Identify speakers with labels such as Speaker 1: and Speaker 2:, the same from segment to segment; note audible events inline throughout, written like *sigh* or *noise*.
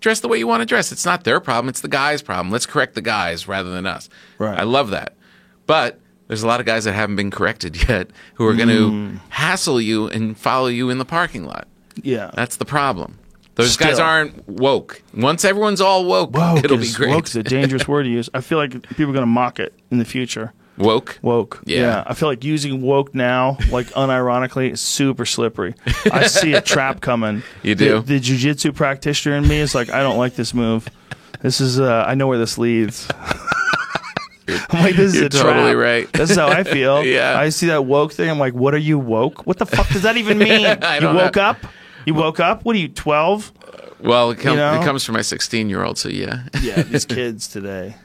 Speaker 1: dress the way you want to dress. It's not their problem, it's the guy's problem. Let's correct the guys rather than us.
Speaker 2: Right.
Speaker 1: I love that. But there's a lot of guys that haven't been corrected *laughs* yet who are going to
Speaker 2: Mm.
Speaker 1: hassle you and follow you in the parking lot.
Speaker 2: Yeah.
Speaker 1: That's the problem. Those guys
Speaker 2: Still.
Speaker 1: aren't woke. Once everyone's all woke, *laughs*
Speaker 2: woke
Speaker 1: it'll be
Speaker 2: is-
Speaker 1: great.
Speaker 2: Woke's a dangerous word to use. I feel like people are going to mock it in the future.
Speaker 1: woke.
Speaker 2: Woke.
Speaker 1: Yeah.
Speaker 2: I feel like using woke now, like unironically, is super slippery. I see a trap coming.
Speaker 1: *laughs* You do?
Speaker 2: The, the jujitsu practitioner in me is like, I don't like this move. This is, uh, I know where
Speaker 1: *laughs*
Speaker 2: this leads. I'm like, this is
Speaker 1: You're
Speaker 2: a trap.
Speaker 1: totally right.
Speaker 2: That's how I feel.
Speaker 1: *laughs* Yeah.
Speaker 2: I see that woke thing. I'm like, what are you woke? What the fuck does
Speaker 1: *laughs*
Speaker 2: that even mean?
Speaker 1: I
Speaker 2: you
Speaker 1: don't know.
Speaker 2: woke up? You woke up? What are you, 12?
Speaker 1: Well, it, com-
Speaker 2: You know?
Speaker 1: it comes from my 16 year old, so yeah.
Speaker 2: Yeah, these kids today.
Speaker 1: *laughs*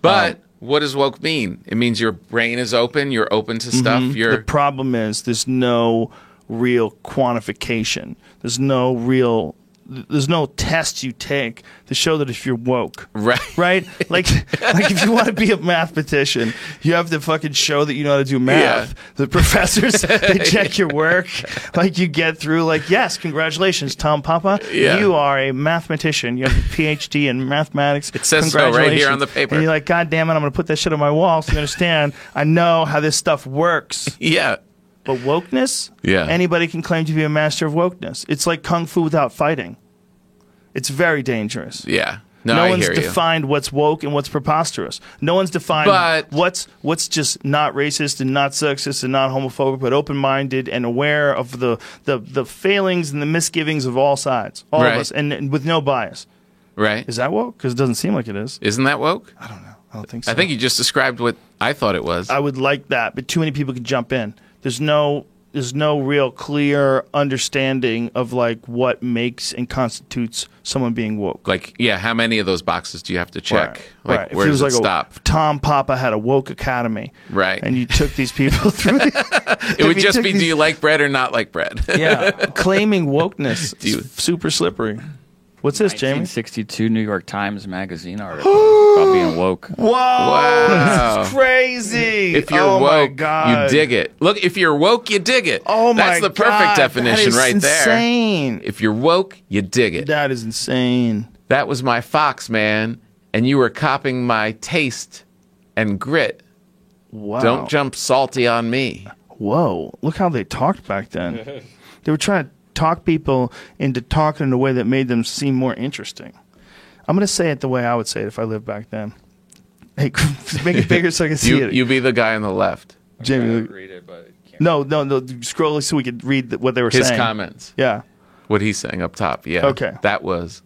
Speaker 1: But what does woke mean? It means your brain is open. You're open to stuff.
Speaker 2: Mm-hmm. The
Speaker 1: You're
Speaker 2: problem is there's no real quantification. There's no real there's no test you take to show that if you're woke.
Speaker 1: *laughs* right.
Speaker 2: Right? Like *laughs* like if you want to be a mathematician, you have to fucking show that you know how to do math.
Speaker 1: Yeah.
Speaker 2: The
Speaker 1: *laughs*
Speaker 2: professors they check your work. Like you get through like, yes, congratulations, Tom Papa.
Speaker 1: Yeah.
Speaker 2: You are a mathematician. You have a PhD in mathematics. It
Speaker 1: says so right here on the paper.
Speaker 2: And you're like, God damn it, I'm gonna put that shit on my wall so you understand I know how this stuff works.
Speaker 1: Yeah.
Speaker 2: But wokeness,
Speaker 1: Yeah.
Speaker 2: anybody can claim to be a master of wokeness. It's like kung fu without fighting. It's very dangerous.
Speaker 1: Yeah. No,
Speaker 2: no
Speaker 1: I
Speaker 2: one's
Speaker 1: hear you.
Speaker 2: defined what's woke and what's preposterous. No one's defined
Speaker 1: But-
Speaker 2: what's what's just not racist and not sexist and not homophobic, but open-minded and aware of the the, the failings and the misgivings of all sides, all
Speaker 1: Right.
Speaker 2: of us, and, and with no bias.
Speaker 1: right.
Speaker 2: Is that woke? Because it doesn't seem like it is.
Speaker 1: Isn't that woke?
Speaker 2: I don't know. I don't think so.
Speaker 1: I think you just described what I thought it was.
Speaker 2: I would like that, but too many people can jump in. There's no there's no real clear understanding of like what makes and constitutes someone being woke.
Speaker 1: like, yeah, how many of those boxes do you have to check? Like,
Speaker 2: If
Speaker 1: where
Speaker 2: it
Speaker 1: does it
Speaker 2: was like a- *laughs*
Speaker 1: stop?
Speaker 2: Tom Papa had a woke academy,
Speaker 1: Right.
Speaker 2: And you took
Speaker 1: *laughs*
Speaker 2: these people through.
Speaker 1: it would just be, do you like bread or not like bread?
Speaker 2: *laughs* yeah, claiming wokeness
Speaker 1: Do you-
Speaker 2: is super slippery. What's this, Jamie?
Speaker 3: 1962 New York Times
Speaker 2: *gasps*
Speaker 3: Magazine article about being woke.
Speaker 2: Whoa,
Speaker 1: Wow.
Speaker 2: this is crazy!
Speaker 1: If you're
Speaker 2: oh my
Speaker 1: woke,
Speaker 2: God.
Speaker 1: you dig it. Look, if you're woke, you dig it.
Speaker 2: Oh my
Speaker 1: That's the perfect
Speaker 2: God,
Speaker 1: definition
Speaker 2: that is
Speaker 1: right there.
Speaker 2: Insane.
Speaker 1: If you're woke, you dig it.
Speaker 2: That is insane.
Speaker 1: That was my fox, man, and you were copying my taste and grit.
Speaker 2: Wow.
Speaker 1: Don't jump salty on me.
Speaker 2: Whoa, look how they talked back
Speaker 3: *laughs*
Speaker 2: then. they were trying to talk people into talking in a way that made them seem more interesting. I'm going to say it the way I would say it if I lived back then. Hey, *laughs* make it bigger so I can see
Speaker 1: *laughs* You
Speaker 2: it.
Speaker 1: you be the guy on the left.
Speaker 2: Jamie, look-
Speaker 3: read it, but
Speaker 2: no, no, no. Scroll so we could read th- what they were
Speaker 1: His
Speaker 2: saying.
Speaker 1: comments.
Speaker 2: Yeah.
Speaker 1: What he's saying up top. Yeah.
Speaker 2: Okay.
Speaker 1: That was.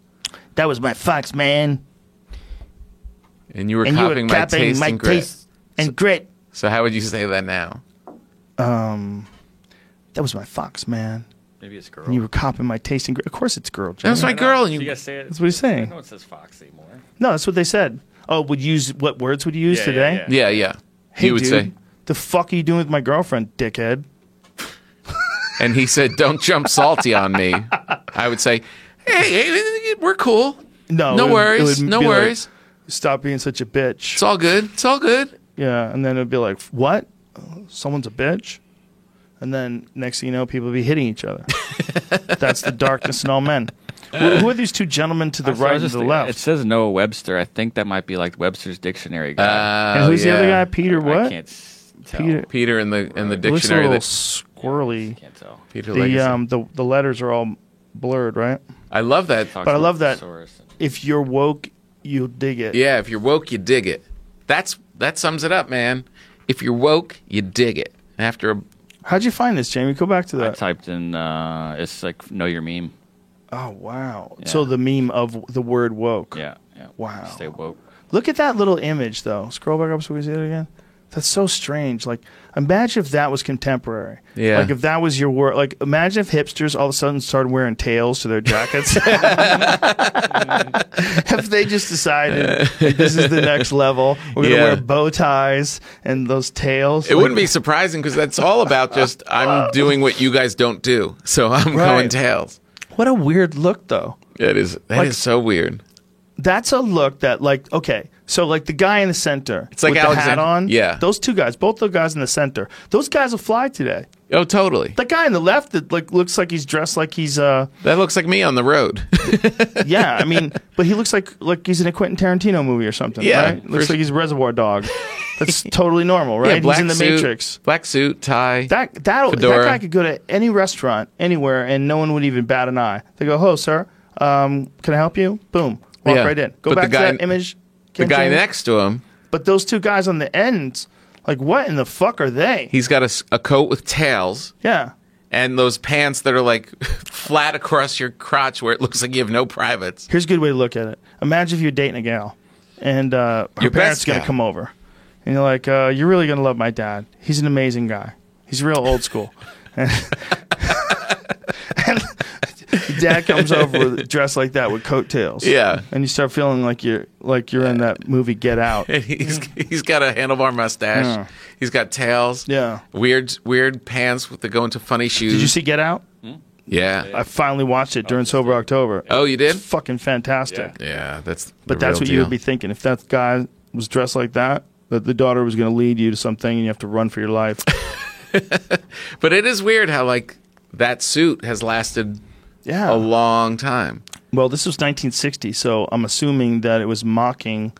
Speaker 2: That was my fox, man.
Speaker 1: And you were
Speaker 2: And you were
Speaker 1: copying my
Speaker 2: capping
Speaker 1: taste
Speaker 2: my
Speaker 1: and grit.
Speaker 2: taste and grit.
Speaker 1: So how would you say that now?
Speaker 2: That was my fox, man.
Speaker 3: maybe it's girl.
Speaker 2: And you were copping my taste and grit. Of course it's girl,
Speaker 1: That
Speaker 2: Jamie.
Speaker 1: was my girl. And
Speaker 3: You
Speaker 1: you,
Speaker 3: guys say it.
Speaker 2: That's what he's saying.
Speaker 3: No one says Fox anymore.
Speaker 2: No, that's what they said. Oh, would use what words would you use
Speaker 3: Yeah, yeah,
Speaker 2: today?
Speaker 1: yeah,
Speaker 3: yeah.
Speaker 1: yeah.
Speaker 2: Hey,
Speaker 1: he would
Speaker 2: dude,
Speaker 1: say.
Speaker 2: "The fuck are you doing with my girlfriend, dickhead?"
Speaker 1: And he said, "Don't jump salty on
Speaker 2: *laughs*
Speaker 1: me." I would say, "Hey, hey we're cool.
Speaker 2: No,
Speaker 1: No
Speaker 2: Oh, it would- it
Speaker 1: worries.
Speaker 2: would
Speaker 1: No
Speaker 2: be like,
Speaker 1: worries.
Speaker 2: Stop being such a bitch.
Speaker 1: it's all good. It's all good."
Speaker 2: yeah, and then it'd be like, "What? Uh, Someone's a bitch." And then next thing you know, people would be hitting
Speaker 1: *laughs*
Speaker 2: each other. That's the darkness in all men. Who, who are these two gentlemen to the
Speaker 3: So I
Speaker 2: right
Speaker 3: was
Speaker 2: and
Speaker 3: just
Speaker 2: the
Speaker 3: thinking- It
Speaker 2: left?
Speaker 3: says Noah Webster. I think that might be like Webster's dictionary guy.
Speaker 2: And
Speaker 1: Oh,
Speaker 2: who's the other
Speaker 1: yeah.
Speaker 2: guy? Uh, Peter what?
Speaker 3: I can't s- tell.
Speaker 2: Peter-
Speaker 1: Peter in the in the
Speaker 2: It looks a
Speaker 1: dictionary
Speaker 2: little
Speaker 1: that
Speaker 2: squirrely.
Speaker 3: Can't tell.
Speaker 1: Peter
Speaker 2: The
Speaker 1: Legacy.
Speaker 2: um the the letters are all blurred, right?
Speaker 1: I love that.
Speaker 3: Talks
Speaker 2: But I
Speaker 3: about
Speaker 2: love that-
Speaker 3: thesaurus and-
Speaker 2: If you're woke, you'll dig it.
Speaker 1: Yeah, if you're woke, you dig it. That's that sums it up, man. If you're woke, you dig it. After a
Speaker 2: How'd you find this, Jamie? Go back to
Speaker 3: I
Speaker 2: that.
Speaker 3: typed in. Uh, it's like know your meme.
Speaker 2: Oh wow! So the meme of the word woke.
Speaker 3: Yeah. yeah.
Speaker 2: Wow.
Speaker 3: Stay woke.
Speaker 2: Look at that little image though. Scroll back up so we can see it again. That's so strange. Like, imagine if that was contemporary.
Speaker 1: Yeah.
Speaker 2: Like if that was your word. Like, imagine if hipsters all of a sudden started wearing tails to their jackets. *laughs* if they just decided like, this is the next level, we're gonna
Speaker 1: Yeah.
Speaker 2: wear bow ties and those tails.
Speaker 1: it wouldn't be surprising because that's all about
Speaker 2: *laughs*
Speaker 1: just I'm doing what you guys don't do, so I'm
Speaker 2: Right.
Speaker 1: going tails.
Speaker 2: What a weird look though.
Speaker 1: It is that is so weird.
Speaker 2: that's a look that like okay so like the guy in the center it's
Speaker 1: like
Speaker 2: with the hat
Speaker 1: Alexander-
Speaker 2: on
Speaker 1: yeah.
Speaker 2: those two guys both the guys in the center those guys will fly today
Speaker 1: Oh, totally.
Speaker 2: that guy on the left that like looks like he's dressed like
Speaker 1: *laughs*
Speaker 2: he's uh
Speaker 1: That looks like me on the road. *laughs*
Speaker 2: yeah i mean but he looks like like he's in a quentin tarantino movie or something
Speaker 1: Yeah,
Speaker 2: right looks
Speaker 1: for-
Speaker 2: like he's a
Speaker 1: *laughs*
Speaker 2: reservoir dog that's totally normal right
Speaker 1: black
Speaker 2: he's in the
Speaker 1: suit,
Speaker 2: matrix
Speaker 1: Black suit, tie.
Speaker 2: that that that
Speaker 1: Fedora.
Speaker 2: guy could go to any restaurant anywhere and no one would even bat an eye. They go, "Hello, sir. Um, can I help you?" Boom, walk
Speaker 1: Yeah.
Speaker 2: right in. Go
Speaker 1: But the
Speaker 2: back to
Speaker 1: guy-
Speaker 2: that image.
Speaker 1: the guy
Speaker 2: continue.
Speaker 1: next to him,
Speaker 2: But those two guys on the ends, like, what in the fuck are they?
Speaker 1: he's got a, s- a coat with tails
Speaker 2: Yeah,
Speaker 1: and those pants that are like *laughs* flat across your crotch where it looks like you have no privates.
Speaker 2: here's a good way to look at it. Imagine if you're dating a gal, and uh, her
Speaker 1: Your
Speaker 2: parents
Speaker 1: best
Speaker 2: gonna
Speaker 1: gal.
Speaker 2: come over, and you're like, uh, "You're really gonna love my dad. He's an amazing guy. He's real old
Speaker 1: *laughs*
Speaker 2: school." and *laughs* dad comes over with, dressed like that with coattails.
Speaker 1: Yeah.
Speaker 2: and you start feeling like you're like you're in that movie Get Out.
Speaker 1: And he's
Speaker 2: Hmm.
Speaker 1: he's got a handlebar mustache.
Speaker 2: Yeah.
Speaker 1: He's got tails.
Speaker 2: Hmm. Yeah.
Speaker 1: Weird weird pants with the go into funny shoes.
Speaker 2: Did you see Get Out?
Speaker 1: Yeah.
Speaker 2: I finally watched it during sober October.
Speaker 1: oh, you did?
Speaker 2: It's fucking fantastic.
Speaker 3: Yeah.
Speaker 1: Yeah, that's
Speaker 2: But that's what you would be thinking if that guy was dressed like that. That the daughter was going to lead you to something, and you have to run for your life.
Speaker 1: But it is weird how like that suit has lasted
Speaker 2: *laughs* Yeah.
Speaker 1: a long time.
Speaker 2: Oh, Well, this was 1960, so I'm assuming that it was mocking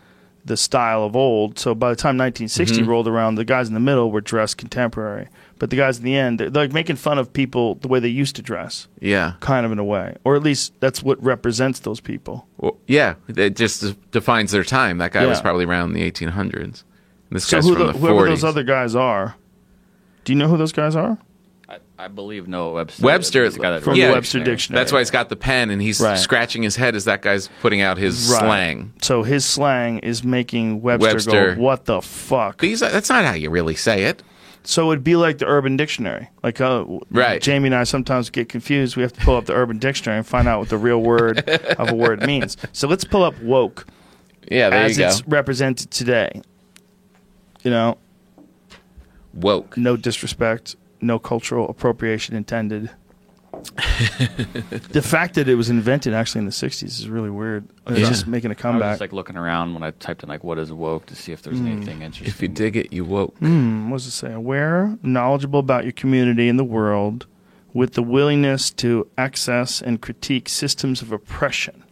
Speaker 2: the style of old. So by the time 1960 rolled around, the guys in the middle were dressed contemporary, but the guys in the end, they're, they're like making fun of people the way they used to dress,
Speaker 1: Yeah.
Speaker 2: kind of in a way, or at least that's what represents those people.
Speaker 1: Well, yeah, it just de- defines their time. That guy was
Speaker 2: Yeah.
Speaker 1: probably around the 1800s. This
Speaker 2: So
Speaker 1: guy's
Speaker 2: who
Speaker 1: from
Speaker 2: the,
Speaker 1: the
Speaker 2: whoever
Speaker 1: 40s.
Speaker 2: those other guys are, do you know who those guys are?
Speaker 3: I, I believe Noah Webster.
Speaker 1: Webster-
Speaker 3: is the guy that
Speaker 2: From
Speaker 3: wrote
Speaker 1: the
Speaker 2: Webster Dictionary.
Speaker 1: That's why he's got the pen and he's
Speaker 2: Right.
Speaker 1: scratching his head as that guy's putting out his
Speaker 2: Right.
Speaker 1: slang.
Speaker 2: So his slang is making Webster,
Speaker 1: Webster.
Speaker 2: go, "What the fuck?"
Speaker 1: These that's not how you really say it.
Speaker 2: So it'd be like the Urban Dictionary. Like, uh, w-
Speaker 1: Right.
Speaker 2: Jamie and I sometimes get confused. We have to pull up the Urban Dictionary and find out what the real
Speaker 1: *laughs*
Speaker 2: word of a word means. So let's pull up woke
Speaker 1: Yeah, there
Speaker 2: as
Speaker 1: you go.
Speaker 2: it's represented today. You know,
Speaker 1: Woke.
Speaker 2: no disrespect, no cultural appropriation intended.
Speaker 1: *laughs*
Speaker 2: the fact that it was invented actually in the 60s is really weird. It's
Speaker 1: Yeah.
Speaker 2: just making a
Speaker 3: I was
Speaker 2: comeback.
Speaker 3: just like looking around when I typed in like what is woke to see if
Speaker 2: Hmm.
Speaker 3: there's anything interesting.
Speaker 1: If you dig it, you woke.
Speaker 2: what does it say? Aware, knowledgeable about your community and the world, with the willingness to access and critique systems of oppression.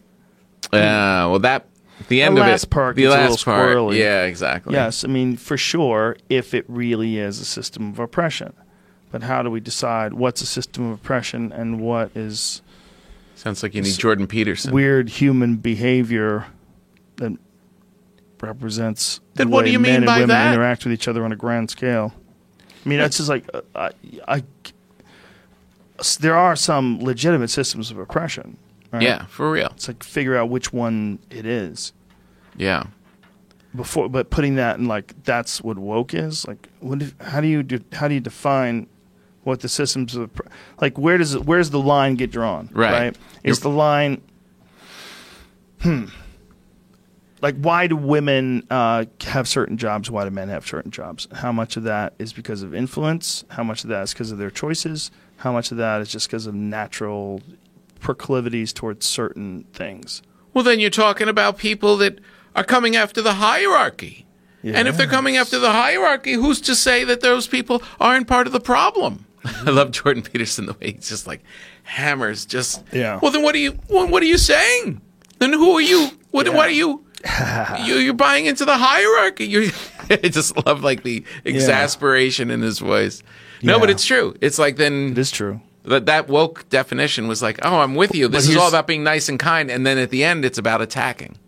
Speaker 1: Yeah, Uh, well that the end of
Speaker 2: last
Speaker 1: it.
Speaker 2: part
Speaker 1: the
Speaker 2: gets a
Speaker 1: last
Speaker 2: little
Speaker 1: part.
Speaker 2: squirrely.
Speaker 1: Yeah, exactly.
Speaker 2: Yes, I mean, for sure, if it really is a system of oppression. But how do we decide what's a system of oppression and what is
Speaker 1: Sounds like you need Jordan Peterson.
Speaker 2: weird human behavior that represents
Speaker 1: Then
Speaker 2: the
Speaker 1: what
Speaker 2: way
Speaker 1: do you
Speaker 2: men
Speaker 1: mean
Speaker 2: and
Speaker 1: by
Speaker 2: women
Speaker 1: that?
Speaker 2: interact with each other on a grand scale. I mean, that's just like uh, I, I- s- there are some legitimate systems of oppression. Right?
Speaker 1: Yeah, for real.
Speaker 2: it's like figure out which one it is
Speaker 1: Yeah.
Speaker 2: before, but putting that in like that's what woke is. Like, what? If, how do you do, how do you define what the systems of oppre- like where does it, where's the line get drawn?
Speaker 1: Right.
Speaker 2: Is the line hmm like why do women uh, have certain jobs? Why do men have certain jobs? How much of that is because of influence? How much of that is because of their choices? How much of that is just because of natural proclivities towards certain things?
Speaker 1: Well, then you're talking about people that are coming after the hierarchy. And if they're coming after the hierarchy, who's to say that those people aren't part of the problem? *laughs* I love Jordan Peterson the way he's just like hammers just
Speaker 2: Yeah.
Speaker 1: Well, then what are you well, what are you saying? Then who are you? What what are
Speaker 2: *laughs*
Speaker 1: you? you you're buying into the hierarchy. You *laughs* I just love like the exasperation in his voice. No, but
Speaker 2: Yeah.
Speaker 1: it's true. It's like then
Speaker 2: It is true.
Speaker 1: that that woke definition was like, oh, I'm with you. This is
Speaker 2: here's-
Speaker 1: all about being nice and kind, and then at the end, it's about attacking.